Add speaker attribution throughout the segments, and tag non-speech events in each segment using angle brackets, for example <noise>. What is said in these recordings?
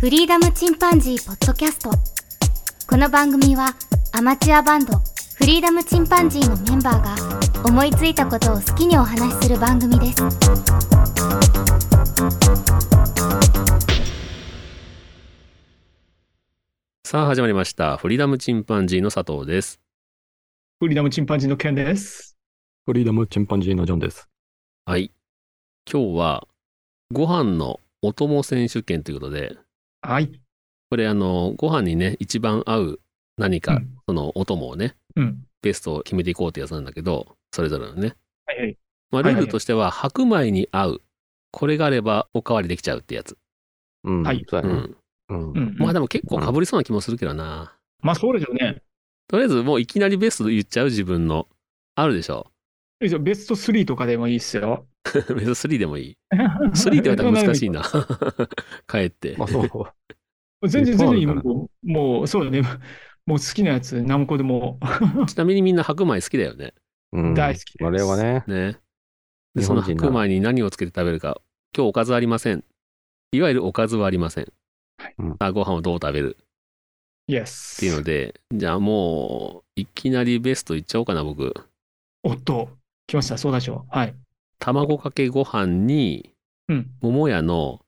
Speaker 1: フリーダムチンパンジーポッドキャストこの番組はアマチュアバンドフリーダムチンパンジーのメンバーが思いついたことを好きにお話しする番組です
Speaker 2: さあ始まりました。フリーダムチンパンジーの佐藤です。
Speaker 3: フリーダムチンパンジーのケンです。
Speaker 4: フリーダムチンパンジーのジョンです。
Speaker 2: はい。今日はご飯のお供選手権ということで、
Speaker 3: はい。
Speaker 2: これあの、ご飯にね、一番合う何か、
Speaker 3: うん
Speaker 2: そのお供をね、
Speaker 3: うん。
Speaker 2: ベストを決めていこうってやつなんだけど、それぞれのね。
Speaker 3: はいはい。
Speaker 2: まあ、
Speaker 3: は
Speaker 2: ル
Speaker 3: いはい
Speaker 2: ールとしては、白米に合う。これがあればおかわりできちゃうってやつ。
Speaker 4: うん。
Speaker 3: はい
Speaker 4: そう
Speaker 2: う
Speaker 4: やね
Speaker 2: ん。
Speaker 4: うん
Speaker 3: う。ん、
Speaker 2: ま
Speaker 3: ま
Speaker 2: あ
Speaker 3: あ、
Speaker 2: でも結構かぶりそうな気もするけどな。
Speaker 3: まあ、そうですよね。
Speaker 2: とりあえずもういきなりベスト言っちゃう自分の。あるでしょ。 <laughs>
Speaker 3: えじゃあベスト3とかでもいいっすよ。
Speaker 2: ベスト3でもいい。3って言われたら難しいな。 <laughs> 帰って。
Speaker 4: まあそう。
Speaker 3: <laughs> 全然、
Speaker 4: いっぱ
Speaker 3: 全
Speaker 4: い
Speaker 3: 然
Speaker 4: ある
Speaker 3: いい
Speaker 4: から
Speaker 3: もう、もう、そうだね。もう好きなやつ、何個でも。
Speaker 2: ちなみにみんな白米好きだよね。
Speaker 4: うん
Speaker 3: 大好きです
Speaker 4: あれはね。
Speaker 2: ね。で、
Speaker 4: 日
Speaker 2: そ
Speaker 4: 本
Speaker 2: の
Speaker 4: 人な
Speaker 2: 白米に何をつけて食べるか。今日おかずありません。いわゆるおかずはありません。
Speaker 3: はい
Speaker 4: うん
Speaker 2: あご飯をどう食べるっ
Speaker 3: yes。
Speaker 2: ていうので、じゃあもう、いきなりベストいっちゃおうかな、僕。
Speaker 3: おっと、来ました、総大将。はい。
Speaker 2: 卵かけご飯に、
Speaker 3: うん。
Speaker 2: 桃屋の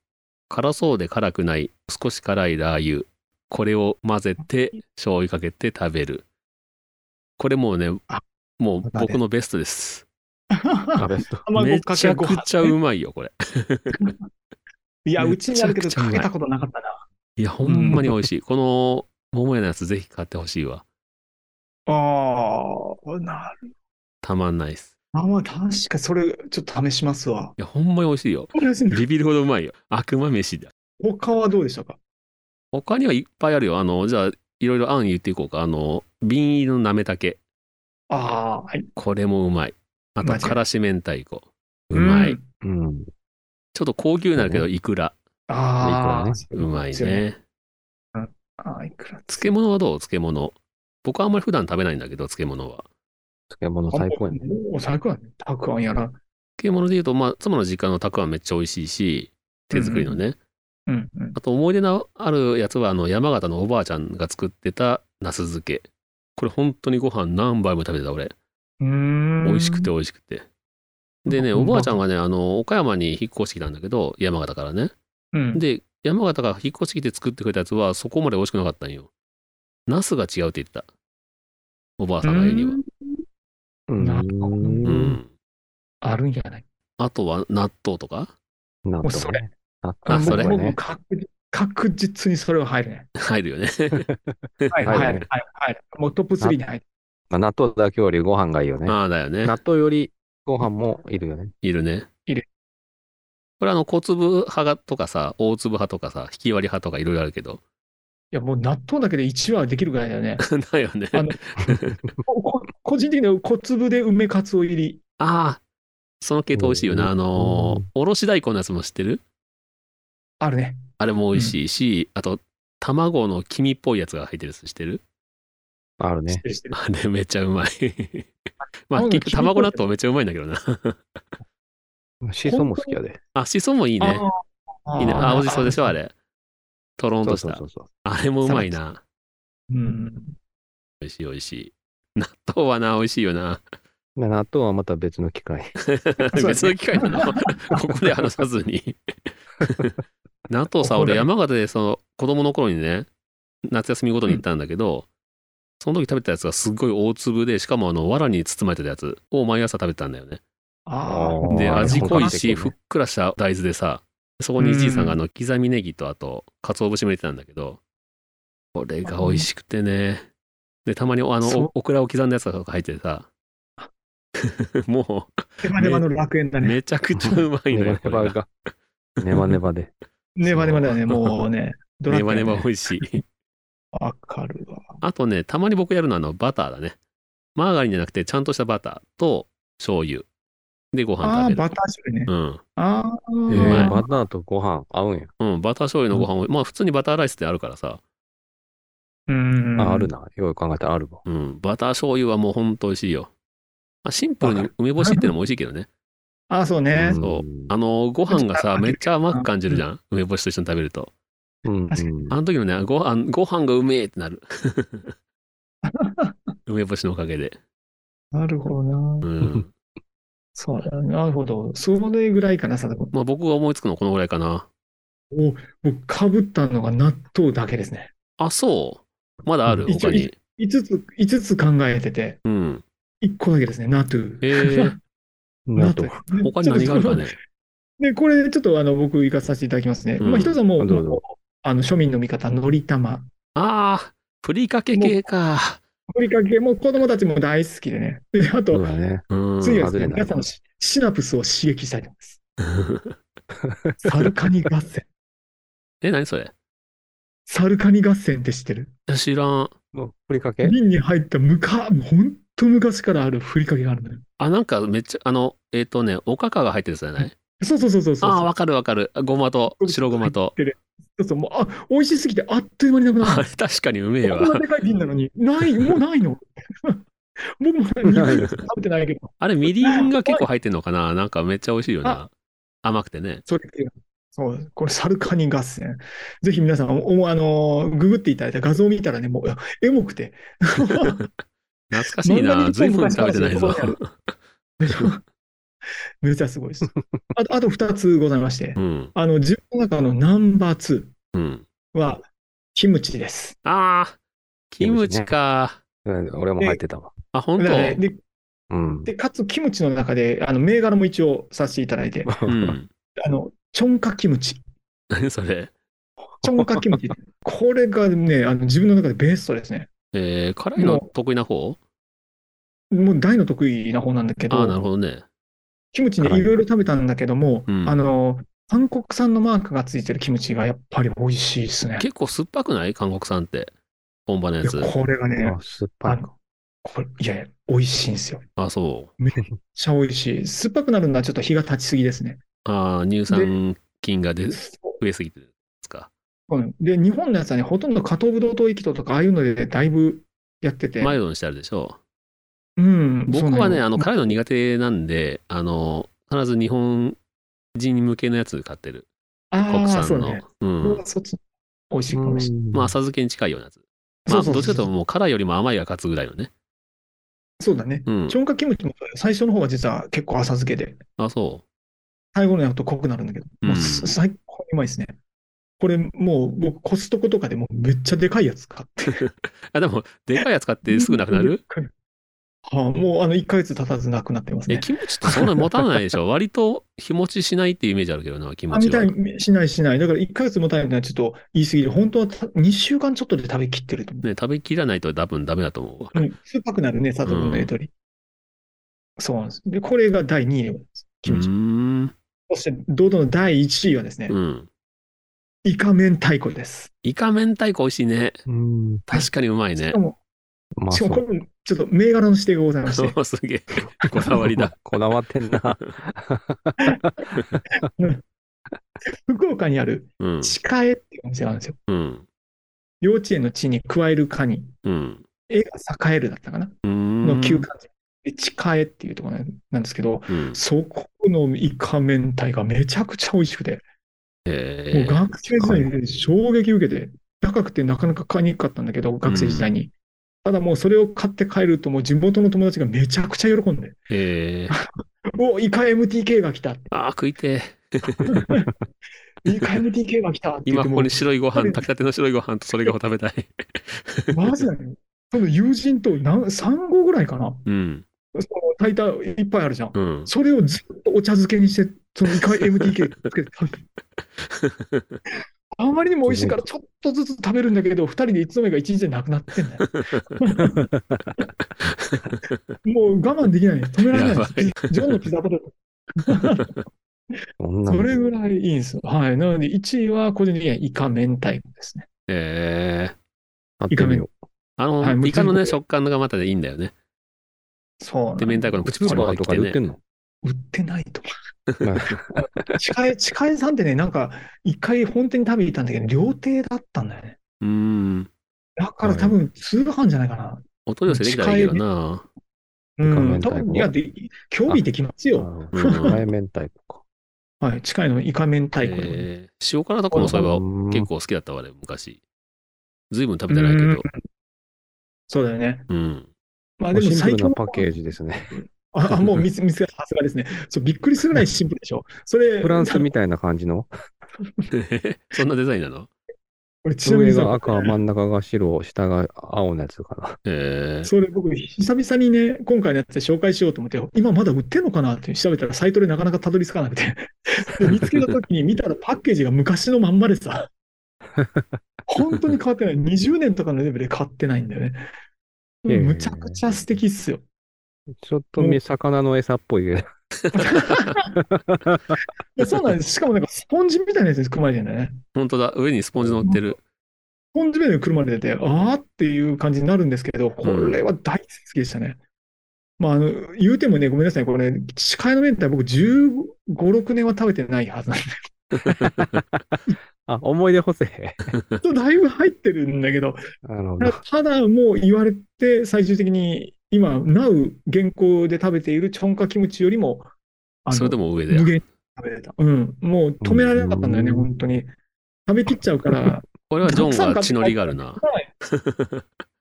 Speaker 2: 辛そうで辛くない、少し辛いラー油。これを混ぜて、醤油かけて食べる。これもうね
Speaker 3: あ、
Speaker 2: もう僕のベストです。
Speaker 4: あベスト。
Speaker 2: め
Speaker 3: 卵か
Speaker 2: ち
Speaker 3: け
Speaker 2: ゃ
Speaker 3: ご
Speaker 2: く
Speaker 3: 飯。
Speaker 2: ちゃうまいよ、これ。
Speaker 3: いや、
Speaker 2: め
Speaker 3: う
Speaker 2: ち
Speaker 3: ち
Speaker 2: ゃく
Speaker 3: に
Speaker 2: ちゃ
Speaker 3: あ
Speaker 2: うまい
Speaker 3: るけど、かけたことなかったな。
Speaker 2: いや、ほんまに美味しい。この桃屋のやつ、ぜひ買ってほしいわ。
Speaker 3: ああ、なる。
Speaker 2: たまんないっす。
Speaker 3: あ、まあ、確かそれ、ちょっと試しますわ。
Speaker 2: いや、ほんまに美味しいよ。ビビるほどうまいよ。悪魔飯だ。
Speaker 3: 他はどうでしたか
Speaker 2: 他にはいっぱいあるよ。あの、じゃあ、いろいろ案言っていこうか。あの、瓶入りのなめたけ。
Speaker 3: ああ、はい。
Speaker 2: これもうまい。あと、
Speaker 3: 間違いない
Speaker 2: からし明太子。うまい。
Speaker 3: ん。
Speaker 4: うん。
Speaker 2: ちょっと高級になるけど、
Speaker 4: そう
Speaker 2: いくら。
Speaker 3: ああ、
Speaker 2: うまい
Speaker 3: そうですよ。
Speaker 2: ね。
Speaker 3: ああ、いくら
Speaker 2: 漬物はどう漬物。僕はあんまり普段食べないんだけど、漬物は。
Speaker 4: 漬物最高やね。
Speaker 3: おお最高やね。たくあんやら。
Speaker 2: 漬物で言うと、まあ、妻の実家のたくあんめっちゃ美味しいし、手作りのね。
Speaker 3: うんうん。
Speaker 2: あと思い出のあるやつは、あの、山形のおばあちゃんが作ってた茄子漬け。これ本当にご飯何杯も食べてた、俺。
Speaker 3: うーん
Speaker 2: 美味しくて。美味しくて。でね、
Speaker 3: うん
Speaker 2: おばあちゃんがね、あの、岡山に引っ越してきたんだけど、山形からね。
Speaker 3: うん。
Speaker 2: で、山形から引っ越してきて作ってくれたやつは、そこまで美味しくなかったんよ。茄子が違うって言ってた。おばあさんが言うには。
Speaker 4: う
Speaker 3: なるほど
Speaker 2: う
Speaker 4: うん。
Speaker 2: ん。
Speaker 3: あるんじゃない
Speaker 2: あとは納豆とか
Speaker 4: な
Speaker 3: おそれ。
Speaker 4: あ
Speaker 2: あそれ
Speaker 3: もうもう
Speaker 4: ね。
Speaker 3: 確実確実にそれは入るね。
Speaker 2: 入るよね。
Speaker 3: 入る、
Speaker 4: 入るね
Speaker 3: 入る、入る。入るもうトップ3に入る。
Speaker 4: まあ納豆だけよりご飯がいいよね。
Speaker 2: <laughs> ああ、だよね。
Speaker 4: 納豆よりご飯もいるよね。
Speaker 2: いるね。
Speaker 3: いる。
Speaker 2: これあの、小粒派がとかさ、大粒派とかさ、引き割り派とかいろいろあるけど。 <laughs>
Speaker 3: いや、もう納豆だけで1話できるぐらいだよね。
Speaker 2: だよね。
Speaker 3: あのここ個人的には小粒で梅かつお入り。
Speaker 2: ああ、その系統美味しいよ
Speaker 4: う
Speaker 2: な。
Speaker 4: ん
Speaker 2: あのー
Speaker 4: うん
Speaker 2: おろし大根のやつも知ってる
Speaker 3: あるね。
Speaker 2: あれも美味しいし、あと、卵の黄身っぽいやつが入ってるやつ知ってる <laughs>
Speaker 4: ある
Speaker 3: 知っ
Speaker 4: ね。
Speaker 3: てる知ってる
Speaker 2: あれめちゃうまい。まあ、
Speaker 3: 卵の黄身っぽい
Speaker 2: 結局卵納豆めちゃうまいんだけどな。 <laughs>
Speaker 4: シソも好きやで。
Speaker 2: あ、しそもいいね。
Speaker 3: あー
Speaker 2: いいね。あ、おじそうで
Speaker 3: し
Speaker 2: しょ、あれ。とろん
Speaker 4: そ
Speaker 2: と
Speaker 4: う
Speaker 2: した。
Speaker 4: そうそうそう。
Speaker 2: あれもうまいな。
Speaker 3: ょ。うん。
Speaker 2: 美味しい美味しい。納豆はな、美味しいよな。
Speaker 4: で納豆はまた別の機会。
Speaker 3: ね
Speaker 2: 別の機会なのここで話さずに納豆さ
Speaker 3: ここで
Speaker 2: 俺山形でその子供の頃にね夏休みごとに行ったんだけど、その時食べたやつがすっごい大粒でしかもあの藁に包まれてたやつを毎朝食べてたんだよね
Speaker 3: あ
Speaker 4: あ
Speaker 3: あ。
Speaker 4: ー
Speaker 2: で味濃いし
Speaker 4: 本格的ね
Speaker 2: ふっくらした大豆でさそこにじいさんがあの刻みネギとあと鰹節も入れてたんだけどこれが美味しくてねでたまにあの
Speaker 3: そう
Speaker 2: おオクラを刻んだやつとか入っててさもう
Speaker 3: ネバネバの楽園だね。
Speaker 2: めちゃくちゃうまい
Speaker 4: ネ
Speaker 2: のよ。
Speaker 4: バネ
Speaker 2: これ
Speaker 4: バ
Speaker 2: が
Speaker 4: が。ネバネバで。
Speaker 3: ネバネバだよね、もうね。ドラ
Speaker 2: ネ
Speaker 3: ッグ
Speaker 2: バ
Speaker 3: や
Speaker 2: ネ
Speaker 3: ね
Speaker 2: バ美味しい。
Speaker 3: わかるわ。
Speaker 2: あとね、たまに僕やるのはあのバターだね。マーガリンじゃなくて、ちゃんとしたバターと醤油でご
Speaker 3: あ
Speaker 2: 飯
Speaker 3: あー、
Speaker 2: 食べ
Speaker 3: バ
Speaker 2: る。
Speaker 3: ター醤油ね。
Speaker 2: うん。
Speaker 3: ああ、
Speaker 2: う
Speaker 4: え
Speaker 2: まい
Speaker 4: ーバターとご飯合うんや。
Speaker 2: うん、バター醤油のご飯も、まあ普通にバターライスってあるからさ、
Speaker 3: うん
Speaker 4: あ、あるな。よく考えたらあるわ。
Speaker 2: うん、バター醤油はもうほんと美味しいよ。まあ、シンプルに梅干しってのも美味しいけどね。
Speaker 3: あそうね
Speaker 4: う。ん
Speaker 2: そう。あの、ご飯が
Speaker 3: ちょっと
Speaker 2: さ、
Speaker 3: 甘い
Speaker 2: めっちゃ甘く感じるじゃん。梅干しと一緒に食べると。
Speaker 4: うん、うん。
Speaker 3: 確
Speaker 2: あ
Speaker 3: か
Speaker 2: の時のね、ご飯、ご飯がうめえってなる。梅干しのおかげで。
Speaker 3: なるほどな。
Speaker 2: うん。
Speaker 3: そうだな。なるほど。それぐらいかな、貞子。
Speaker 2: まあ僕が思いつくのはこのぐらいかな。
Speaker 3: 僕、かぶったのが納豆だけですね。
Speaker 2: あ、そう。まだある、
Speaker 3: うん一
Speaker 2: 他
Speaker 3: 応
Speaker 2: に。
Speaker 3: 5つ、5つ考えてて、
Speaker 2: うん。
Speaker 3: 1個だけですね、ナトゥ。
Speaker 2: えー、
Speaker 3: <laughs>
Speaker 4: あと、
Speaker 2: 他に何があるかね。
Speaker 3: で、これ、ちょっと、あの、僕、行かさせていただきますね。
Speaker 2: うん
Speaker 3: まあ、一つはもう、
Speaker 4: どうぞ
Speaker 3: あの、庶民の味方、のり玉。
Speaker 2: ああ、ふりかけ系か。
Speaker 3: ふりかけ、もう子供たちも大好きでね。で、あ
Speaker 4: そう
Speaker 3: と、
Speaker 4: だね。
Speaker 2: うん。
Speaker 3: 次はですね、
Speaker 4: 外れない
Speaker 3: 皆さんのシシナプスを刺激したいと思いま
Speaker 2: <laughs>
Speaker 3: す。サルカニ合戦。
Speaker 2: え、何それ
Speaker 3: サルカニ合戦って知ってる
Speaker 2: 知らん。
Speaker 4: もうふりかけ
Speaker 3: 瓶に入ったむか、もうほんと昔からあるふりかけがあるのよ。
Speaker 2: あ、なんかめっちゃ、あの、えっ、とね、おかかが入ってるやつじゃない
Speaker 3: そうそうそうそうそう。
Speaker 2: ああ、わかるわかる。ごまと、白ごまと。
Speaker 3: そうそう、もう、あ、美味しすぎてあっという間になくな
Speaker 2: あ
Speaker 3: る
Speaker 2: れ、確かにうめえ
Speaker 3: こんな
Speaker 2: わ。
Speaker 3: でかい瓶なのに、ない、もうないの。 <laughs> 僕も
Speaker 4: ない
Speaker 3: 肉食べてないけど、
Speaker 2: あれ、みりんが結構入ってんのかななんかめっちゃ美味しいよな。甘くてね。
Speaker 3: それそう、これ、サルカニ合戦。ぜひ皆さん、おあのーググっていただいた画像を見たらね、もう、エモくて。
Speaker 2: 懐かしいな。ずいぶん食べてないぞ。
Speaker 3: めっちゃすごいです。あと、あと2つございまして
Speaker 2: う、ん。
Speaker 3: あの、自分の中のナンバー
Speaker 2: うん。
Speaker 3: 2は、キムチです。
Speaker 2: ああ、キムチか。
Speaker 4: うん俺も入ってたわ。
Speaker 2: あ、本当
Speaker 3: だからねで
Speaker 4: うん。
Speaker 3: で、かつ、キムチの中で、あの、銘柄も一応させていただいて、
Speaker 2: うん。
Speaker 3: あの、チョンカキムチ。
Speaker 2: 何それ
Speaker 3: チョンカキムチ。これがね、あの自分の中でベストですね。
Speaker 2: えー、辛いの得意な方
Speaker 3: もう大の得意な方なんだけ
Speaker 2: ああ、なる
Speaker 3: ど、
Speaker 2: ほどね。
Speaker 3: キムチね、
Speaker 4: 辛い
Speaker 3: いろいろ食べたんだけども、
Speaker 2: うん
Speaker 3: あの、韓国産のマークがついてるキムチがやっぱり美味しいですね。
Speaker 2: 結構酸っぱくない韓国産って。本場のやつ
Speaker 3: い。やこれがね
Speaker 4: <laughs> あ、酸っぱ
Speaker 3: あ
Speaker 4: い。
Speaker 3: の、これ、いやいや、美味しいんですよ。めっ
Speaker 2: あそう。
Speaker 3: ちゃ美味しい。酸っぱくなるのはちょっと日が経ちすぎですね。
Speaker 2: ああ、乳酸菌がで増
Speaker 3: そ
Speaker 2: えすぎてるんですか。
Speaker 3: うんで、日本のやつはね、ほとんど加糖ブドウ糖液糖とか、ああいうのでだいぶやってて。
Speaker 2: マイルドにしてあるでしょ
Speaker 3: うん、
Speaker 2: う。僕
Speaker 3: そう
Speaker 2: は
Speaker 3: な
Speaker 2: ね、
Speaker 3: よ
Speaker 2: あの、辛いの苦手なんで、あの、必ず日本人向けのやつ買ってる。国
Speaker 3: ああ、そう
Speaker 2: 産
Speaker 3: ね
Speaker 2: の。。うん。
Speaker 3: そっち、美味しいかもしれない。
Speaker 2: まあ、浅漬けに近いようなやつ。ま
Speaker 3: そ
Speaker 2: あ、
Speaker 3: うそう
Speaker 2: ど
Speaker 3: そ
Speaker 2: っちか
Speaker 3: う
Speaker 2: というともう辛いよりも甘いが勝つぐらいのね。
Speaker 3: そうだね。
Speaker 2: うん
Speaker 3: チ。ョンカキムチも最初の方は実は結構浅漬けで、
Speaker 2: あ、そ
Speaker 3: 最後のやると濃くなるんだけど、
Speaker 2: う
Speaker 3: もう
Speaker 2: ん
Speaker 3: す最高にうまいですね。これもう僕コストコとかでもうめっちゃでかいやつ買って。
Speaker 2: う。あ、でも、でかいやつ買ってすぐなくなる
Speaker 3: は <laughs> あ、もうあの1ヶ月経たずなくなってます
Speaker 2: え、
Speaker 3: ね。
Speaker 2: キムチってそんなに持たない
Speaker 3: <laughs>
Speaker 2: でしょ割と日持ちしないっていうイメージあるけどな、キム
Speaker 3: あ
Speaker 2: チ
Speaker 3: み
Speaker 2: は
Speaker 3: た。い、しないしない。だから1ヶ月もたないのはちょっと言い過ぎで、本当は2週間ちょっとで食べきってると思
Speaker 2: ね、食べきらないと多分ダメだと思うわ。
Speaker 3: う。うん、酸っぱくなるね、佐藤君の言うとり。そうなんです。で、これが第2位でございます。
Speaker 2: う
Speaker 3: キ
Speaker 2: ー
Speaker 3: ムチ。
Speaker 2: ん。
Speaker 3: そして、堂々の第1位はですね、
Speaker 2: うん。
Speaker 3: イカ明太子です。
Speaker 2: イカ明太子美味しいね。
Speaker 4: うん。
Speaker 2: 確かにうまい
Speaker 3: し
Speaker 2: ね
Speaker 3: か。も、
Speaker 4: まあ、
Speaker 3: しか
Speaker 4: そう
Speaker 3: も。これもちょっと銘柄の指定がございまして、
Speaker 2: <laughs> そう、すげえ。こだわりだ。。
Speaker 4: こだわってん
Speaker 3: <laughs>
Speaker 4: な。
Speaker 3: 福岡にある
Speaker 2: うん。
Speaker 3: 地下絵っていうお店があるんですよ。
Speaker 2: うん。
Speaker 3: 幼稚園の地に加えるかに、
Speaker 2: うん。
Speaker 3: 絵が栄えるだったかな
Speaker 2: うーん
Speaker 3: の旧館で、地下絵っていうところなんですけど、
Speaker 2: うん。
Speaker 3: そこのイカ明太がめちゃくちゃ美味しくて、もう
Speaker 2: えー
Speaker 3: 学生時代に衝撃受けて、高くてなかなか買いにくかったんだけど、学生時代に。ただもうそれを買って帰ると、もう地元の友達がめちゃくちゃ喜んで、
Speaker 2: えー
Speaker 3: おイカ MTK が来たって
Speaker 2: あー、食い
Speaker 3: <laughs>
Speaker 2: てえ。
Speaker 3: イカ MTK が来たって言っ
Speaker 2: 今こ
Speaker 3: てもう
Speaker 2: こに白いご飯、炊きたての白いご飯とそれが食べたい。 <laughs>
Speaker 3: マジだね。その友人と何3合ぐらいかな。
Speaker 2: うん。
Speaker 3: その炊いたいっぱいあるじゃん。
Speaker 2: うん。
Speaker 3: それをずっとお茶漬けにして、そのイカ MTK つけて食べる。あまりにも美味しいから、ちょっとずつ食べるんだけど、2人でいつの間にか1日でなくなってんだ
Speaker 2: <laughs>
Speaker 3: よ。もう我慢できない。止められ
Speaker 2: や
Speaker 3: な
Speaker 2: ば
Speaker 3: い。ジョンのピザポテト。
Speaker 4: そんな
Speaker 3: そ
Speaker 4: の
Speaker 3: れぐらいいいんですよ。はい。なので、1位は個人的にはイカ明太子ですね。
Speaker 2: えー
Speaker 4: 合ってるよ。
Speaker 2: あ
Speaker 3: はい
Speaker 2: の、
Speaker 3: もう
Speaker 2: イカのね、
Speaker 3: 全部
Speaker 2: 食感がまたでいいんだよね。
Speaker 3: そうなん
Speaker 2: で、明太子のプチプチ
Speaker 4: スー
Speaker 2: も
Speaker 4: パ
Speaker 2: 入
Speaker 4: ー
Speaker 2: って
Speaker 4: と
Speaker 2: き
Speaker 4: か
Speaker 2: てね
Speaker 4: で売って。んの
Speaker 3: 売ってないと近江、近江さんってね、なんか、一回本店に食べに行ったんだけど、料亭だったんだよね。
Speaker 2: うーん。
Speaker 3: だから多分、通販じゃないかな。
Speaker 2: お取り寄せできたらいいけどな。
Speaker 3: うん、
Speaker 4: 明
Speaker 3: 多
Speaker 4: 太子
Speaker 3: 分、いや、で、興味できますよ。
Speaker 4: うん
Speaker 2: うん
Speaker 4: 辛い明太子か。
Speaker 3: はい、近いのイカ明太子で、
Speaker 2: えー塩辛とかもそういえば
Speaker 4: うん
Speaker 2: 結構好きだったわ、あれ、昔。ずいぶん食べてないけど。
Speaker 3: そうだよね。
Speaker 2: うん。 <laughs>
Speaker 3: まあでも
Speaker 4: シンプ
Speaker 3: 最
Speaker 4: ル
Speaker 3: 強
Speaker 4: な
Speaker 3: の
Speaker 4: パッケージですね。
Speaker 3: あ、あもう見つ、見つけたさすがですね。そう、びっくりするぐらいシンプルでしょ。それ、
Speaker 4: フランスみたいな感じの。
Speaker 2: そんなデザインなの
Speaker 3: 俺ちなみに
Speaker 4: 上
Speaker 3: さ
Speaker 4: が赤、真ん中が白、下が青のやつかな。
Speaker 2: えー
Speaker 3: それ僕、久々にね、今回のやつで紹介しようと思って、今まだ売ってんのかなって調べたら、サイトでなかなかたどり着かなくて、 <laughs> で見つけたときに見たらパッケージが昔のまんまでさ、本当に変わってない。20年とかのレベルで変わってないんだよね。
Speaker 4: へえ
Speaker 3: むちゃくちゃ素敵っすよ。
Speaker 4: ちょっとみ魚の餌っぽいけど。
Speaker 3: いやそうなんです。しかもなんかスポンジみたいなやつに組まれてるんだよね。
Speaker 2: 本当だ、上にスポンジ乗ってる。
Speaker 3: スポンジみたいに組まれてて、あーっていう感じになるんですけど、これは大好きでしたね。まあ、あの、言うてもね、ごめんなさい。これ、ね、鹿の明太僕15、6年は食べてないはずなんで
Speaker 4: あ、思い出補正。
Speaker 3: ちょっとだいぶ入ってるんだけど、
Speaker 4: なる
Speaker 3: <laughs>
Speaker 4: ほど。
Speaker 3: ただもう言われて、最終的に今、なう現行で食べているチョンカキムチよりも、あの
Speaker 2: それでも上で。
Speaker 3: 無限に食べれた。うん、もう止められなかったんだよね、
Speaker 4: うん
Speaker 3: 本当に。食べきっちゃうから、
Speaker 2: これはジョンは血のりがあるな。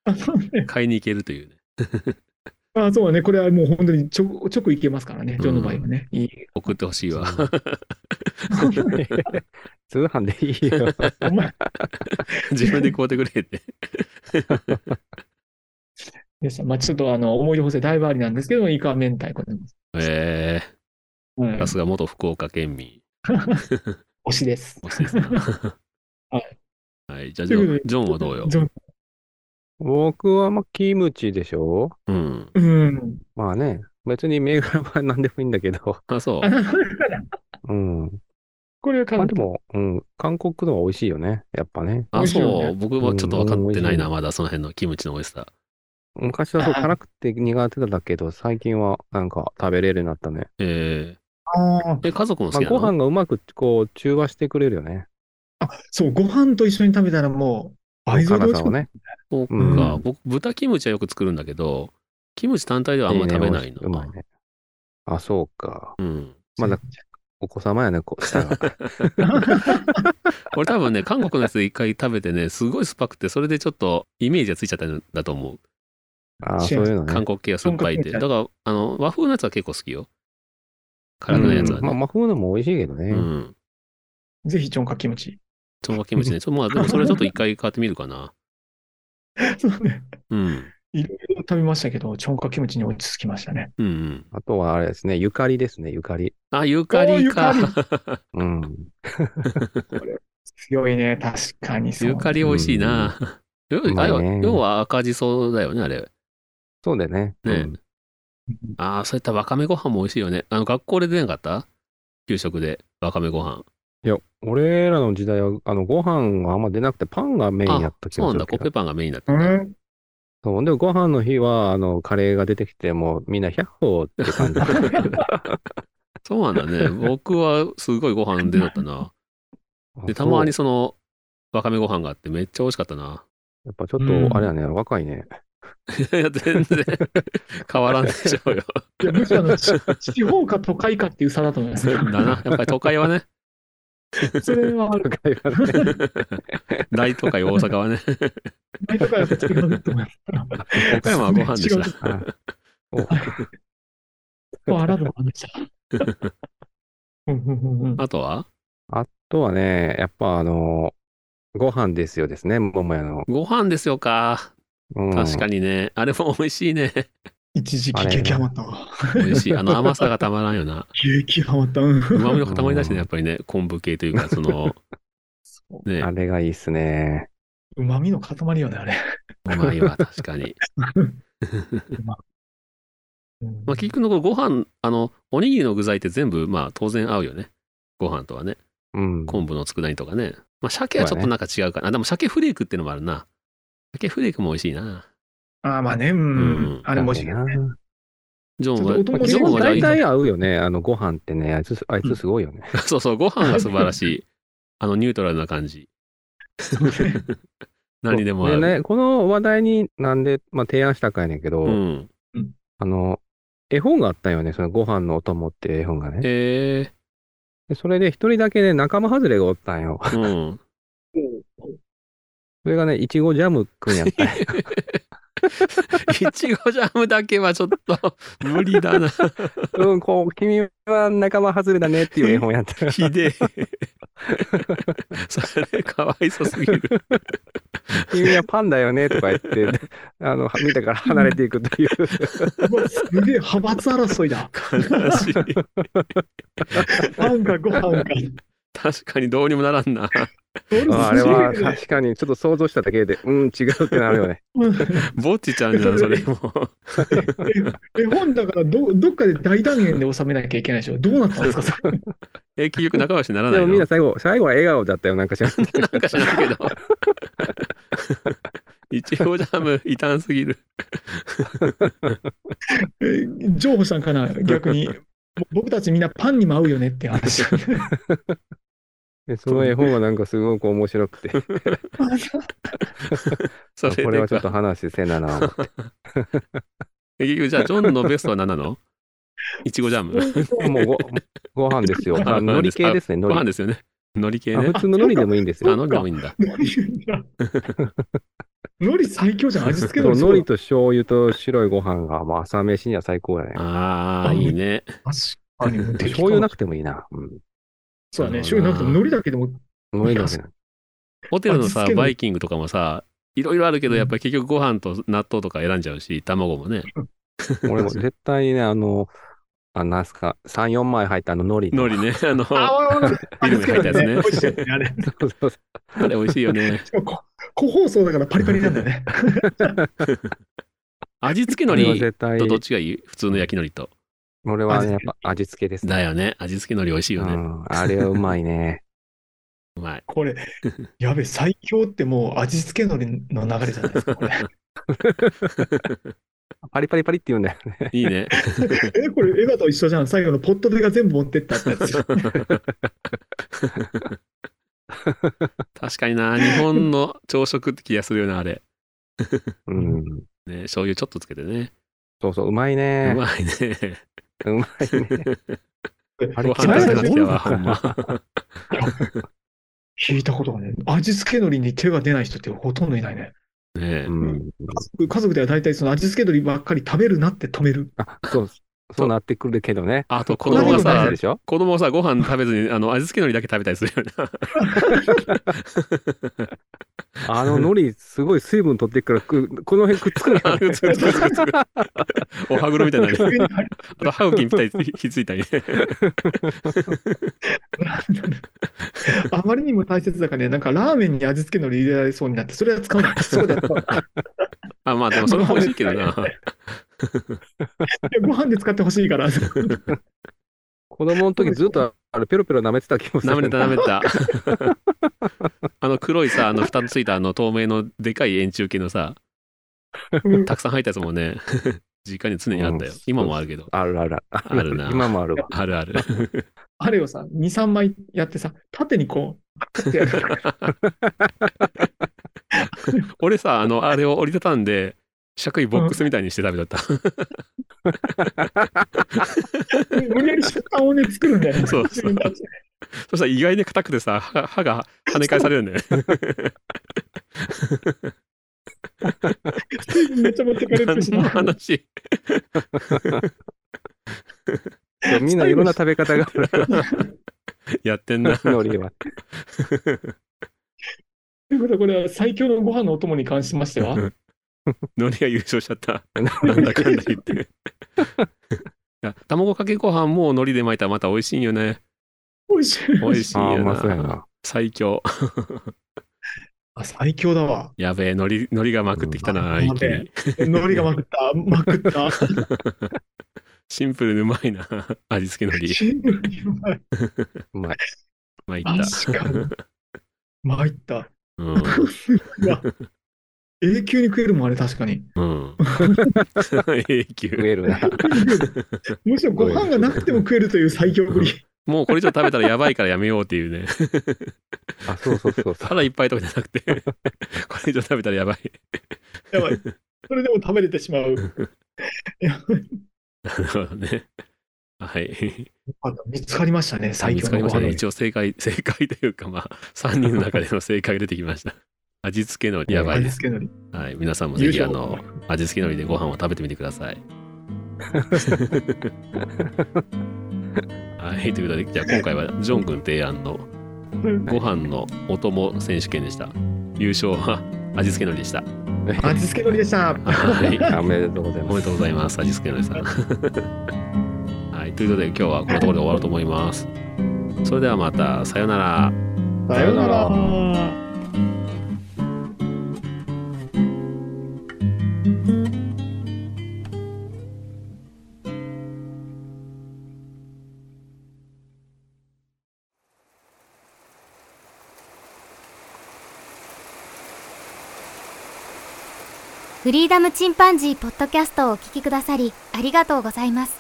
Speaker 3: あそうね
Speaker 2: 買いに行けるというね。
Speaker 3: あそうね、これはもう本当にちょ直いけますからね、ジョンの場合はね。いい
Speaker 2: 送ってほしいわ。
Speaker 4: 通販でいいよ。
Speaker 3: お前
Speaker 2: <laughs> 自分で買うてくれって。
Speaker 3: でした。まあ、ちょっとあの思い出補正だいぶありなんですけど、イカ明太子でございます。
Speaker 2: ええ
Speaker 3: うん
Speaker 2: ー、さすが元福岡県民。
Speaker 3: 推しです。
Speaker 2: おしいですな
Speaker 3: は
Speaker 2: はい。じゃあジョン、ジョンはどうよ。
Speaker 3: ジョン
Speaker 4: 僕はまあキムチでしょ
Speaker 2: うん。
Speaker 3: うん。
Speaker 4: まあね、別に銘柄は何でもいいんだけど。 <laughs>
Speaker 2: あ、そう。
Speaker 4: うん。
Speaker 3: これは
Speaker 4: まあ
Speaker 3: 簡
Speaker 4: で
Speaker 3: 単
Speaker 4: も、うん、韓国のは美味しいよね。やっぱね。
Speaker 3: 美
Speaker 2: あ、
Speaker 3: 味しいよね
Speaker 2: そう。僕はちょっと分かってないな、
Speaker 4: うん
Speaker 2: まだその辺のキムチの美味しさ。
Speaker 4: 昔はそう
Speaker 3: あー
Speaker 4: 辛くて苦手だったけど、最近はなんか食べれるようになったね。
Speaker 2: え
Speaker 3: あー
Speaker 2: ー、え、家族も
Speaker 4: ま
Speaker 2: 好
Speaker 4: あ
Speaker 2: きなの
Speaker 4: ご、飯がうまくこう中和してくれるよね。
Speaker 3: あ、そう、ご飯と一緒に食べたらもう、倍増で美
Speaker 4: 辛
Speaker 3: 味し
Speaker 4: さ
Speaker 3: く
Speaker 4: を
Speaker 3: なる
Speaker 4: ね。
Speaker 2: そうか、
Speaker 4: うん
Speaker 2: 僕、豚キムチはよく作るんだけど、キムチ単体ではあんま食べないの。
Speaker 4: ねうまいね。あ、そうか。
Speaker 2: うん。
Speaker 4: まだお子様やね、
Speaker 2: <laughs>
Speaker 4: こう下が。
Speaker 2: 俺多分ね、韓国のやつ一回食べてね、すごい酸っぱくて、それでちょっとイメージがついちゃったんだと思う。
Speaker 4: あーそういうのね。
Speaker 2: 韓国系は酸っぱいって。だ
Speaker 3: とんかつみたい
Speaker 2: から、あの、和風のやつは結構好きよ。辛くないやつは
Speaker 4: うんまあ、
Speaker 2: ね。
Speaker 4: 真風のも美味しいけど
Speaker 2: う
Speaker 4: ね。
Speaker 2: ん。
Speaker 3: <laughs> ぜひ、チョンカキムチ。
Speaker 2: ちょんがキムチね。ちょまあ、でもそれちょっと一回買ってみるかな。
Speaker 3: そうね。
Speaker 2: うん。
Speaker 3: いろいろ食べましたけど、チョンカキムチに落ち着きましたね。
Speaker 2: うんうん。
Speaker 4: あとはあれですね、ゆかりですね、ゆかり。
Speaker 2: あ、ゆかりか。
Speaker 3: おーゆ
Speaker 4: うん。
Speaker 3: 強いね、確かにそう。
Speaker 2: ゆかり美味しいな。 <laughs> 要
Speaker 4: うまい
Speaker 2: は
Speaker 4: ね
Speaker 2: 要は赤じそだよね、あれ。
Speaker 4: そうだよね。
Speaker 2: ね
Speaker 4: うん
Speaker 2: ああ、そういったわかめご飯も美味しいよね。あの、学校で出なかった給食でわかめご飯。
Speaker 4: いや、俺らの時代は、あの、ご飯があんま出なくて、パンがメインやった気
Speaker 2: そうな
Speaker 4: がす
Speaker 2: んだ、
Speaker 4: る
Speaker 2: コ
Speaker 4: け
Speaker 2: ッペ
Speaker 4: ど。
Speaker 2: パンがメインだった
Speaker 3: う。ん。
Speaker 4: そう、で、ご飯の日は、あの、カレーが出てきて、もう、みんな、百歩って
Speaker 2: <laughs>
Speaker 4: 感じ。
Speaker 2: そうなんだね。僕はすごいご飯出なかったな。で、たまに
Speaker 4: そ
Speaker 2: そ
Speaker 4: う
Speaker 2: の、わかめご飯があってめっちゃ美味しかったな。 <laughs>
Speaker 4: やっぱちょっ
Speaker 3: うん
Speaker 4: と、あれだね、若いね。
Speaker 2: いや、全然変わらんでしょうよ。
Speaker 3: いや、むしろあの、ち地方か都会かっていう差だと思います。
Speaker 2: だな。やっぱり都会はね、
Speaker 3: それは
Speaker 4: <laughs>
Speaker 3: ある。
Speaker 4: 若いわね
Speaker 2: 大都会、大阪はね、
Speaker 3: 都会は違うと思います。
Speaker 2: 岡山はご飯でした
Speaker 3: 違う。
Speaker 4: <laughs> あそう
Speaker 3: あらずも話した。うんうんうんうん
Speaker 2: あとは
Speaker 4: あとはね、やっぱ、あの、ご飯ですよですね、桃屋の。
Speaker 2: ご飯ですよか。
Speaker 4: うん
Speaker 2: 確かにね。あれも美味しいね。
Speaker 3: 一時期激ハマったわ。
Speaker 2: 美味しい。あの甘さがたまらんよな。
Speaker 3: 激ハマった。うん。
Speaker 2: うまみの塊だしね、やっぱりね、昆布系というか、その、ね、
Speaker 4: あれがいいっすね。
Speaker 3: うまみの塊よね、あれ。
Speaker 2: うまいわ、確かに。 <laughs>
Speaker 3: うん
Speaker 2: まあ、結局のところご飯、あの、おにぎりの具材って全部、まあ、当然合うよね。ご飯とはね。
Speaker 4: うん。
Speaker 2: 昆布の佃煮とかね。まあ、鮭はちょっとなんか違うかな。あでも鮭フレークっていうのもあるな。鮭フレークも美味しいな。
Speaker 3: ああ、まあね、う
Speaker 2: うん
Speaker 3: ん。あれもしいけどね。
Speaker 4: な。
Speaker 2: ジョンは、
Speaker 3: ちょっとお友
Speaker 2: ジ
Speaker 3: 達
Speaker 2: ョンは
Speaker 4: 大
Speaker 2: 大体
Speaker 4: 体合うよね、あの、ご飯ってね、あいつ、あいつすごいよね。
Speaker 2: <laughs> そうそう、ご飯が素晴らしい。あの、ニュートラルな感じ。
Speaker 3: <laughs>
Speaker 2: 何にでも合う。
Speaker 4: ね、この話題になんで、まあ、提案したかやねんけど、
Speaker 2: うん。
Speaker 4: あの、絵本があったよね、そのご飯のお供って絵本がね。
Speaker 2: え
Speaker 4: でそれで一人だけね、仲間外れがおったんよ。
Speaker 2: うん。
Speaker 4: それがね、いちごジャムくんやったんや。 <laughs>
Speaker 2: いちごジャムだけはちょっと無理だな。
Speaker 4: うん、こう、君は仲間外れだねっていう絵本やった。
Speaker 2: ひでえ。それかわいそすぎる。
Speaker 4: 君はパンだよねとか言 <laughs> って、あの、見たから離れていくという。
Speaker 3: うわすげえ、派閥争いだ。
Speaker 2: 悲しい。
Speaker 3: パンかご飯か。
Speaker 2: 確かにどうにもならんな。 <laughs>
Speaker 3: 俺
Speaker 4: <laughs> ああれは
Speaker 3: すげえ
Speaker 4: 確かにちょっと想像しただけで、うん、違うってなるよね。
Speaker 3: うん
Speaker 2: ぼっちちゃんじゃん、それもう。
Speaker 3: 絵本だからど、どっかで大断言で収めなきゃいけないでしょ。どうなったんですか、それ。
Speaker 2: え、結局仲良しにならな
Speaker 4: <laughs> で
Speaker 2: い
Speaker 4: もみんな
Speaker 2: の
Speaker 4: 最後、最後は笑顔だったよ、なんか知らんけど
Speaker 2: なんか知らんけど。 <laughs> いちごジャム、異端すぎる。
Speaker 3: えージョーホさんかな、逆に。僕たちみんなパンにも合うよねって話。 <laughs>
Speaker 4: でその絵本はなんかすごく面白 <laughs> くて、
Speaker 2: それで
Speaker 4: これはちょっ
Speaker 2: か
Speaker 4: と話せなな。
Speaker 2: 結局、じゃあ、ジョンのベストは何なのいちごジ
Speaker 4: <laughs>
Speaker 2: ャム。
Speaker 4: もうご、ご飯です <laughs> よ。あ
Speaker 2: あ
Speaker 4: 海苔系ですね、
Speaker 2: ご
Speaker 4: 海
Speaker 2: 飯
Speaker 4: 苔。
Speaker 2: ですよね。のり系
Speaker 4: あ
Speaker 2: ね。
Speaker 4: 普通の海苔でもいいんです
Speaker 2: あ、
Speaker 4: よ。
Speaker 2: のりでもいいんだ。
Speaker 3: 海苔最強じゃん、味付け
Speaker 4: そう
Speaker 3: の
Speaker 4: 海苔と醤油と白いご飯が、まあ、朝飯には最高だね。
Speaker 2: ああ、いいね。
Speaker 3: 確かに。
Speaker 4: 醤油なくてもいいな。うん。
Speaker 3: そうだね、醤油なくても海苔だけでも、
Speaker 4: 海苔だけな。
Speaker 2: ホテルの
Speaker 3: 味付
Speaker 2: さ
Speaker 3: け、の
Speaker 2: バイキングとかもさ、いろいろあるけど、やっぱり結局ご飯と納豆とか選んじゃうし、卵もね。
Speaker 4: 俺も絶対にね、あの、あ、なんすか、3、4枚入ったあの海苔と。
Speaker 2: 海苔ね。あ
Speaker 4: <laughs>
Speaker 2: の、
Speaker 3: あ
Speaker 2: あ
Speaker 3: わわわ
Speaker 2: ビルに入ったやつね
Speaker 3: 味付けのね美味しいよねあれ
Speaker 4: そうそう
Speaker 2: れ
Speaker 4: そ
Speaker 2: 美味しいよね。
Speaker 3: しかもこ個包装だからパリパリなんだよね。
Speaker 2: 味付け
Speaker 4: う。
Speaker 2: 海
Speaker 4: 俺は
Speaker 2: 苔
Speaker 4: 絶対
Speaker 2: と、どっちがいい普通の焼き海苔と。
Speaker 4: 俺はね、やっぱ味付けですね。
Speaker 2: だよね。味付け海苔美味しいよ
Speaker 4: う
Speaker 2: ね。
Speaker 4: ん、あれはうまいね。
Speaker 2: うまい。
Speaker 3: これ、やべ、最強ってもう味付け海苔の流れじゃないですか、これ。
Speaker 4: パリパリパリって言うんだよね。
Speaker 2: いいね。 <laughs>
Speaker 3: え、これ、エヴァと一緒じゃん。最後のポットでが全部持ってったってやつ。
Speaker 2: 確かにな。日本の朝食って気がするよな、あれ。
Speaker 4: うん。
Speaker 2: ね、醤油ちょっとつけてね。
Speaker 4: そうそう、うまいうね。
Speaker 2: まいね。
Speaker 4: うまいね。 <laughs> あれ
Speaker 2: ご
Speaker 4: 聞
Speaker 2: 飯
Speaker 4: いた
Speaker 2: 出せな
Speaker 4: ことな
Speaker 2: く
Speaker 4: い
Speaker 2: ては、ほんま。
Speaker 3: 聞いたことがね、味付け海苔に手が出ない人ってほとんどいないね。
Speaker 2: ね
Speaker 4: <laughs> う、ん。
Speaker 3: 家族では大体その味付け海苔ばっかり食べるなって止める。
Speaker 4: あ、そう、そうなってくるけどね。
Speaker 2: あと子
Speaker 4: 子供
Speaker 2: 供が
Speaker 4: がさ、
Speaker 2: さ
Speaker 4: で、しょ
Speaker 2: 子供がさ、ご飯食べずに、あの、味付け海苔だけ食べたりするよ
Speaker 4: あの海苔、すごい水分取ってっから、くこの辺くっつくのよ
Speaker 2: な。
Speaker 4: <laughs> ね
Speaker 2: あつくつくつくつくお歯黒みたいになる。
Speaker 3: な
Speaker 2: あと歯茎ぴったりひっついたりね。
Speaker 3: んだろう <laughs> あまりにも大切だからね、なんかラーメンに味付け海苔入れられそうになって、それは使
Speaker 2: <laughs>
Speaker 3: うな。そうだ、 <laughs> 使うな
Speaker 2: あ、まあでもそれも美味しいけどな。
Speaker 3: い <laughs> やご飯で使ってほしいから。
Speaker 4: <laughs>
Speaker 3: <laughs>
Speaker 4: 子供の時ずっと、あれ、ペロペロ舐めてた気もする。
Speaker 2: <laughs> 舐めた舐めた。 <laughs> あの黒いさ、あの蓋ついたあの透明のでかい円柱形のさ、
Speaker 3: うん
Speaker 2: たくさん入ったやつもね、 <laughs> 実家に常にあったよ
Speaker 4: うん。
Speaker 2: 今もあるけど。
Speaker 4: あるある。あ
Speaker 2: あるな
Speaker 4: 今もあるわ。
Speaker 2: あるある。
Speaker 3: あれをさ、2、3枚やってさ、縦にこう、ってやる
Speaker 2: <laughs>
Speaker 3: から
Speaker 2: 俺さ、あの、あれを折りたたん
Speaker 4: <laughs>
Speaker 2: で、四角いボックスみたいにして食べちゃった。
Speaker 3: 無理やり食感をね、作るんだよね。
Speaker 2: そうそうそしたら意外に硬くてさ、歯歯が跳ね返されるん
Speaker 4: <laughs>
Speaker 2: だよね。
Speaker 3: めっちゃ持ってかれ
Speaker 2: <laughs>
Speaker 3: てし
Speaker 2: 何の
Speaker 3: まう。
Speaker 2: 話
Speaker 4: でもみんないろんな食べ方があ <laughs> る。
Speaker 2: やってんな。
Speaker 4: 海苔は。
Speaker 3: ということで、これは最強のご飯のお供に関しましては、
Speaker 2: ノリが優勝しちゃった。なんだかんだ言
Speaker 4: <laughs>
Speaker 2: って。いや卵かけご飯も海苔で巻いたらまた美味しいんよね。
Speaker 3: 美味しい。
Speaker 2: 美味しい
Speaker 4: ああ、
Speaker 2: よな。
Speaker 4: うまそうやな。
Speaker 2: 最強。
Speaker 3: あ最強だわ。
Speaker 2: やべえ、海苔、海苔がまくってきたな、
Speaker 3: うん
Speaker 2: 一気に。
Speaker 3: 海苔がまくった、まくった。
Speaker 2: シンプルにうま <laughs> いな。 <laughs> 味付け
Speaker 3: <laughs>
Speaker 2: 海苔。
Speaker 3: シンプルにうまい。
Speaker 4: うま
Speaker 2: 巻
Speaker 4: い。
Speaker 2: いた。
Speaker 3: 確かに。参った。
Speaker 2: うん。
Speaker 3: うわ永久に食えるもん、あれ、確かに。
Speaker 2: うん。永久
Speaker 3: <laughs>
Speaker 4: 食。えるな。
Speaker 3: むしろご飯がなくても食えるという最強ぶり。
Speaker 2: もうこれ以上食べたらやばいからやめようっていうね。 <laughs>
Speaker 4: あ、そうそうそうそう。
Speaker 2: 腹いっぱいとかじゃなくて、 <laughs> これ以上食べたらやばい。
Speaker 3: やばい。それでも食べれてしまう。やばい
Speaker 2: なるほどね。はい。
Speaker 3: あ見つかりましたね、最
Speaker 2: 見つ
Speaker 3: 強
Speaker 2: か
Speaker 3: の
Speaker 2: り
Speaker 3: ご
Speaker 2: ました
Speaker 3: 飯
Speaker 2: ね。
Speaker 3: の
Speaker 2: 一応正解、正解というか、まあ、3人の中での正解が出てきました。味付けのり、やばい
Speaker 3: 味
Speaker 2: です。
Speaker 3: 付け海苔
Speaker 2: はい。皆さんもぜひ、
Speaker 3: 優
Speaker 2: あ
Speaker 3: 勝
Speaker 2: の、味付けのりでご飯を食べてみてください。はい。ということで、じゃあ今回は、ジョン君提案の
Speaker 3: うん
Speaker 2: ご飯のお供選手権でした。優勝は味付けのりでした。
Speaker 3: 味付け海苔でした。
Speaker 2: はい。
Speaker 4: おめでとうござい
Speaker 2: お
Speaker 4: ま。
Speaker 2: めですとうございます。味付けのりさん。はい。ということで、今日はこのところで終わろうと思います。それではまた、さようなら。
Speaker 3: さようなら。
Speaker 1: フリーダムチンパンジーポッドキャストをお聞きくださりありがとうございます。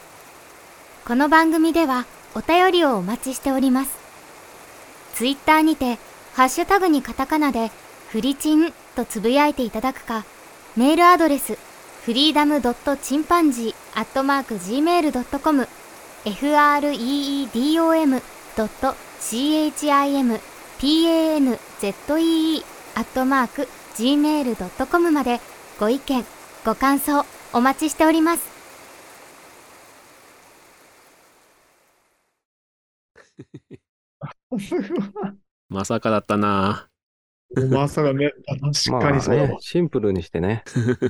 Speaker 1: この番組ではお便りをお待ちしております。ツイッターにてハッシュタグにカタカナでフリチンとつぶやいていただくか、メールアドレスフリーダムドットチンパンジーアットマーク gmail.com freedom ドット chimpanzee アットマーク gmail.com までご意見、ご感想、お待ちしております。
Speaker 2: まさかだったな。
Speaker 3: まさかね、確か
Speaker 4: ま
Speaker 3: に
Speaker 4: あ
Speaker 3: そうだ
Speaker 4: ね
Speaker 3: わ、。
Speaker 4: シンプルにしてね。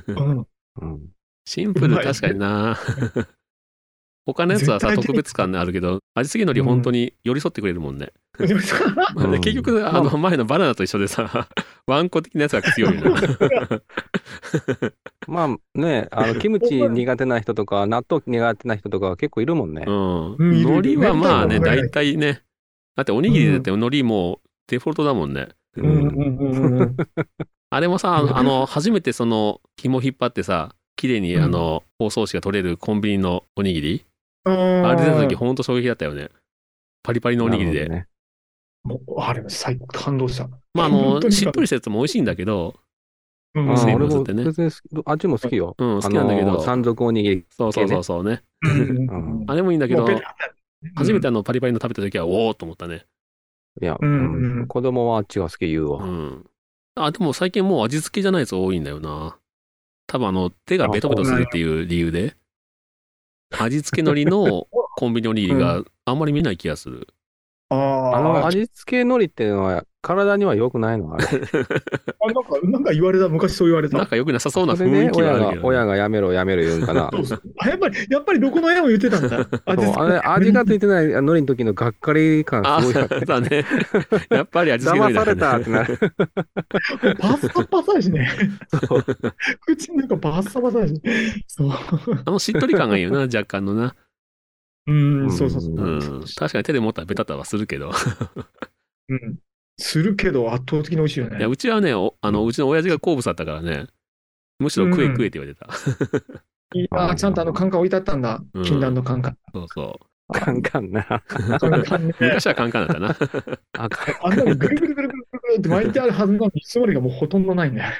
Speaker 3: うん
Speaker 4: うん。
Speaker 2: シンプル確かにな。 <laughs> 他のやつはさ、
Speaker 3: 絶対的に
Speaker 2: 特別感あるけど、味付けのり本当に寄り添ってくれるもんね。
Speaker 3: でもさ
Speaker 2: まあね
Speaker 4: うん
Speaker 2: 結局、あの前のバナナと一緒でさ、 <laughs> ワンコ的なやつが強いよ
Speaker 3: <laughs>
Speaker 2: な。
Speaker 4: まあね、あの、キム
Speaker 3: <laughs>
Speaker 4: チ苦手な人とか、納豆苦手な人とか結構いるもんね
Speaker 2: う。ん。
Speaker 3: うんいる
Speaker 2: 海苔はまあね、
Speaker 3: 絶対
Speaker 2: 大体ね。だっておにぎりだって海苔もうデフォルトだもんね。
Speaker 3: うんうんうんうん。
Speaker 2: あれもさ、あ
Speaker 3: うん
Speaker 2: の、あの初めてその紐引っ張ってさ、綺麗にあの包装紙が取れるコンビニのおにぎり、あ
Speaker 3: あ
Speaker 2: れ出た時ほんと衝撃だったよね。パリパリのおにぎりで
Speaker 4: なるほど。ね
Speaker 3: もうあれ最高感動した。
Speaker 2: まああの
Speaker 3: 本当に
Speaker 2: しっとりしたやつも美味しいんだけど、
Speaker 3: う
Speaker 4: うん
Speaker 3: ん
Speaker 2: あー
Speaker 4: 俺
Speaker 2: 水分吸
Speaker 4: も
Speaker 2: ってね
Speaker 4: 別に好き味も好きよ。
Speaker 2: うん、好きなんだけ
Speaker 4: あ
Speaker 2: ど、
Speaker 4: の山賊おにぎり。
Speaker 2: そうそうそうそうね。
Speaker 3: うん
Speaker 2: あれもいいんだけど、
Speaker 3: もうペタッ
Speaker 2: 初めてあのパリパリの食べた時は、おおと思ったね。
Speaker 4: いや、
Speaker 3: うんうん
Speaker 4: うん子供はあっちが好き言う
Speaker 2: う
Speaker 4: わ。
Speaker 2: ん。あ、でも最近もう味付けじゃないやつ多いんだよな。多分あの、手がベトベトするっていう理由で、味付けのり
Speaker 4: <laughs>
Speaker 2: のコンビニおにぎりがあんまり見ない気がする。
Speaker 3: ああ
Speaker 4: あの
Speaker 3: あ
Speaker 4: 味付け海苔っていうのは体には良くないのあれ。
Speaker 3: なんか、なんか言われた、昔そう言われ
Speaker 2: なん
Speaker 3: た。
Speaker 2: か良くなさそうな
Speaker 4: そ
Speaker 2: 雰
Speaker 4: れね
Speaker 2: 囲、気
Speaker 4: 親
Speaker 2: はあるけど
Speaker 4: が、
Speaker 2: ね、
Speaker 4: 親がやめろやめろ言うんか
Speaker 3: <laughs>
Speaker 4: な。
Speaker 3: そうそうあやっぱり、やっぱりどこの親も言ってたんだ。味
Speaker 4: そ
Speaker 3: 付
Speaker 4: う
Speaker 3: け
Speaker 4: あれ味がついてない海苔の時のがっかり感
Speaker 2: あ
Speaker 4: すごいよね
Speaker 2: ーだね。やっぱり味付けのり
Speaker 4: <laughs>
Speaker 2: だね
Speaker 4: 騙されたってなる。
Speaker 3: パッサパサやしね。
Speaker 4: そう
Speaker 3: 口なんかパッサパサやし。そう。
Speaker 2: あのしっとり感がいいよな、若干のな。
Speaker 3: うん、そうそうそう。
Speaker 2: うん。確かに手で持ったらベタタはするけど。
Speaker 3: うん。するけど圧倒的に美味しいよね
Speaker 2: いや。うちはねおあのうちの親父が好物だったからねむしろ食え
Speaker 3: うん
Speaker 2: 食えって言われた、
Speaker 3: いいなちゃんとあのカンカン置いてあったんだ
Speaker 2: うん。
Speaker 3: 禁断のカンカン。
Speaker 2: そうそう
Speaker 4: カンカンな。
Speaker 3: カンカンね
Speaker 2: 昔はカンカンだったな
Speaker 3: <laughs>
Speaker 4: あかん
Speaker 3: あんなのぐるぐるぐるぐるぐるって巻いてあるはずなのに、つまりがもうほとんどないんだよ。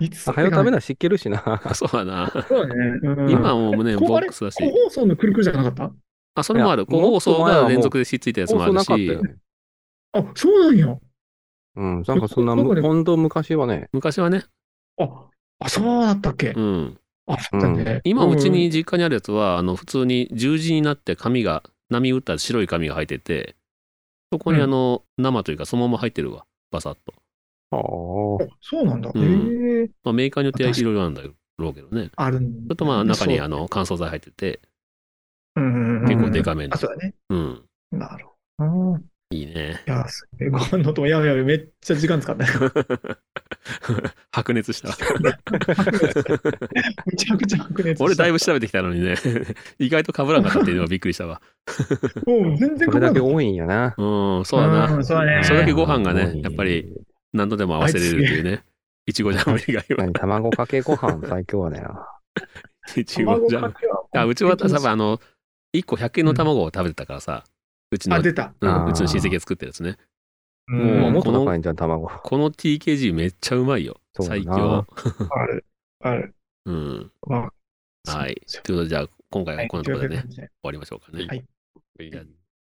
Speaker 3: いつ
Speaker 4: 早よ食べ
Speaker 3: だ
Speaker 4: な、知ってるしな。
Speaker 2: そうだな
Speaker 3: そうだね。うん
Speaker 2: 今はもうね
Speaker 3: こ
Speaker 2: ボ
Speaker 3: あ
Speaker 2: ッ
Speaker 3: れ
Speaker 2: クスだし
Speaker 3: 個包装のくるくるじゃなかった
Speaker 2: あそれもある
Speaker 4: いや
Speaker 2: 個包装
Speaker 4: もっと前は
Speaker 2: が
Speaker 4: もう
Speaker 2: 連続でしっついたやつもある
Speaker 4: なかった
Speaker 2: し
Speaker 4: よね。
Speaker 3: あ、そうなんや。
Speaker 4: うん、なんかそんな、
Speaker 3: どこで
Speaker 4: 本当昔はね、
Speaker 2: 昔はね
Speaker 3: あ、あそうだったっけ
Speaker 2: うん
Speaker 3: あ、そうだね。
Speaker 2: 今うちに実家にあるやつはあの普通に十字になって紙が波打った白い紙が入っててそこにあの、生というかそのまま入ってるわバサッと、
Speaker 4: ああ、
Speaker 3: うん。あそうなんだ。
Speaker 2: う
Speaker 3: へ
Speaker 2: ん
Speaker 3: え、
Speaker 2: まあ、メーカーによっていろいろなんだろうけどね
Speaker 3: ある
Speaker 2: ちょっとまあ中にあ
Speaker 3: る。
Speaker 2: の乾燥剤入ってて
Speaker 3: 結
Speaker 2: 結構デカめの
Speaker 3: あ、そうだね。
Speaker 2: うん
Speaker 3: なるほどな。
Speaker 2: いいね
Speaker 3: いや、すごいご飯のとも、やべやべ、めっちゃ時間使
Speaker 2: <laughs>
Speaker 3: った。
Speaker 2: 白熱した。
Speaker 3: めちゃくちゃ白熱した。
Speaker 2: 俺だいぶ調べてきたのにね、 <laughs> 意外と被らなかったっていうのはびっくりしたわ。
Speaker 3: もう全然
Speaker 4: そ
Speaker 3: こ
Speaker 4: れだけ
Speaker 3: い。
Speaker 4: 多いんやな。
Speaker 2: うん、そうだな。
Speaker 3: んそうだね。
Speaker 2: それだけご飯がね
Speaker 4: 多い
Speaker 2: やっぱり。何度でも合わせれるっていうね。いちごジャム以外は。
Speaker 4: 何卵かけご飯最強だよ。
Speaker 2: いちごジャム。あうちは多分
Speaker 3: あ、
Speaker 2: あの、1個100円の卵を食べてたからさ、うちの、うん
Speaker 3: 出た。
Speaker 4: あ
Speaker 2: うちの親戚が作ったやつね。
Speaker 3: う
Speaker 2: も
Speaker 4: も
Speaker 2: う
Speaker 4: うも
Speaker 2: こ
Speaker 4: っと
Speaker 2: の
Speaker 4: 高いんじゃん、卵。
Speaker 2: この TKG めっちゃうまいよ。
Speaker 4: そうだ
Speaker 2: 最
Speaker 4: な
Speaker 2: 強。
Speaker 3: ある。ある。
Speaker 2: うん。
Speaker 3: まあ、
Speaker 2: はい
Speaker 3: そう。
Speaker 2: ということで、じゃあ今回はこんなところでね、
Speaker 3: は
Speaker 2: 終わりましょうかね。
Speaker 3: はい
Speaker 2: ありがとう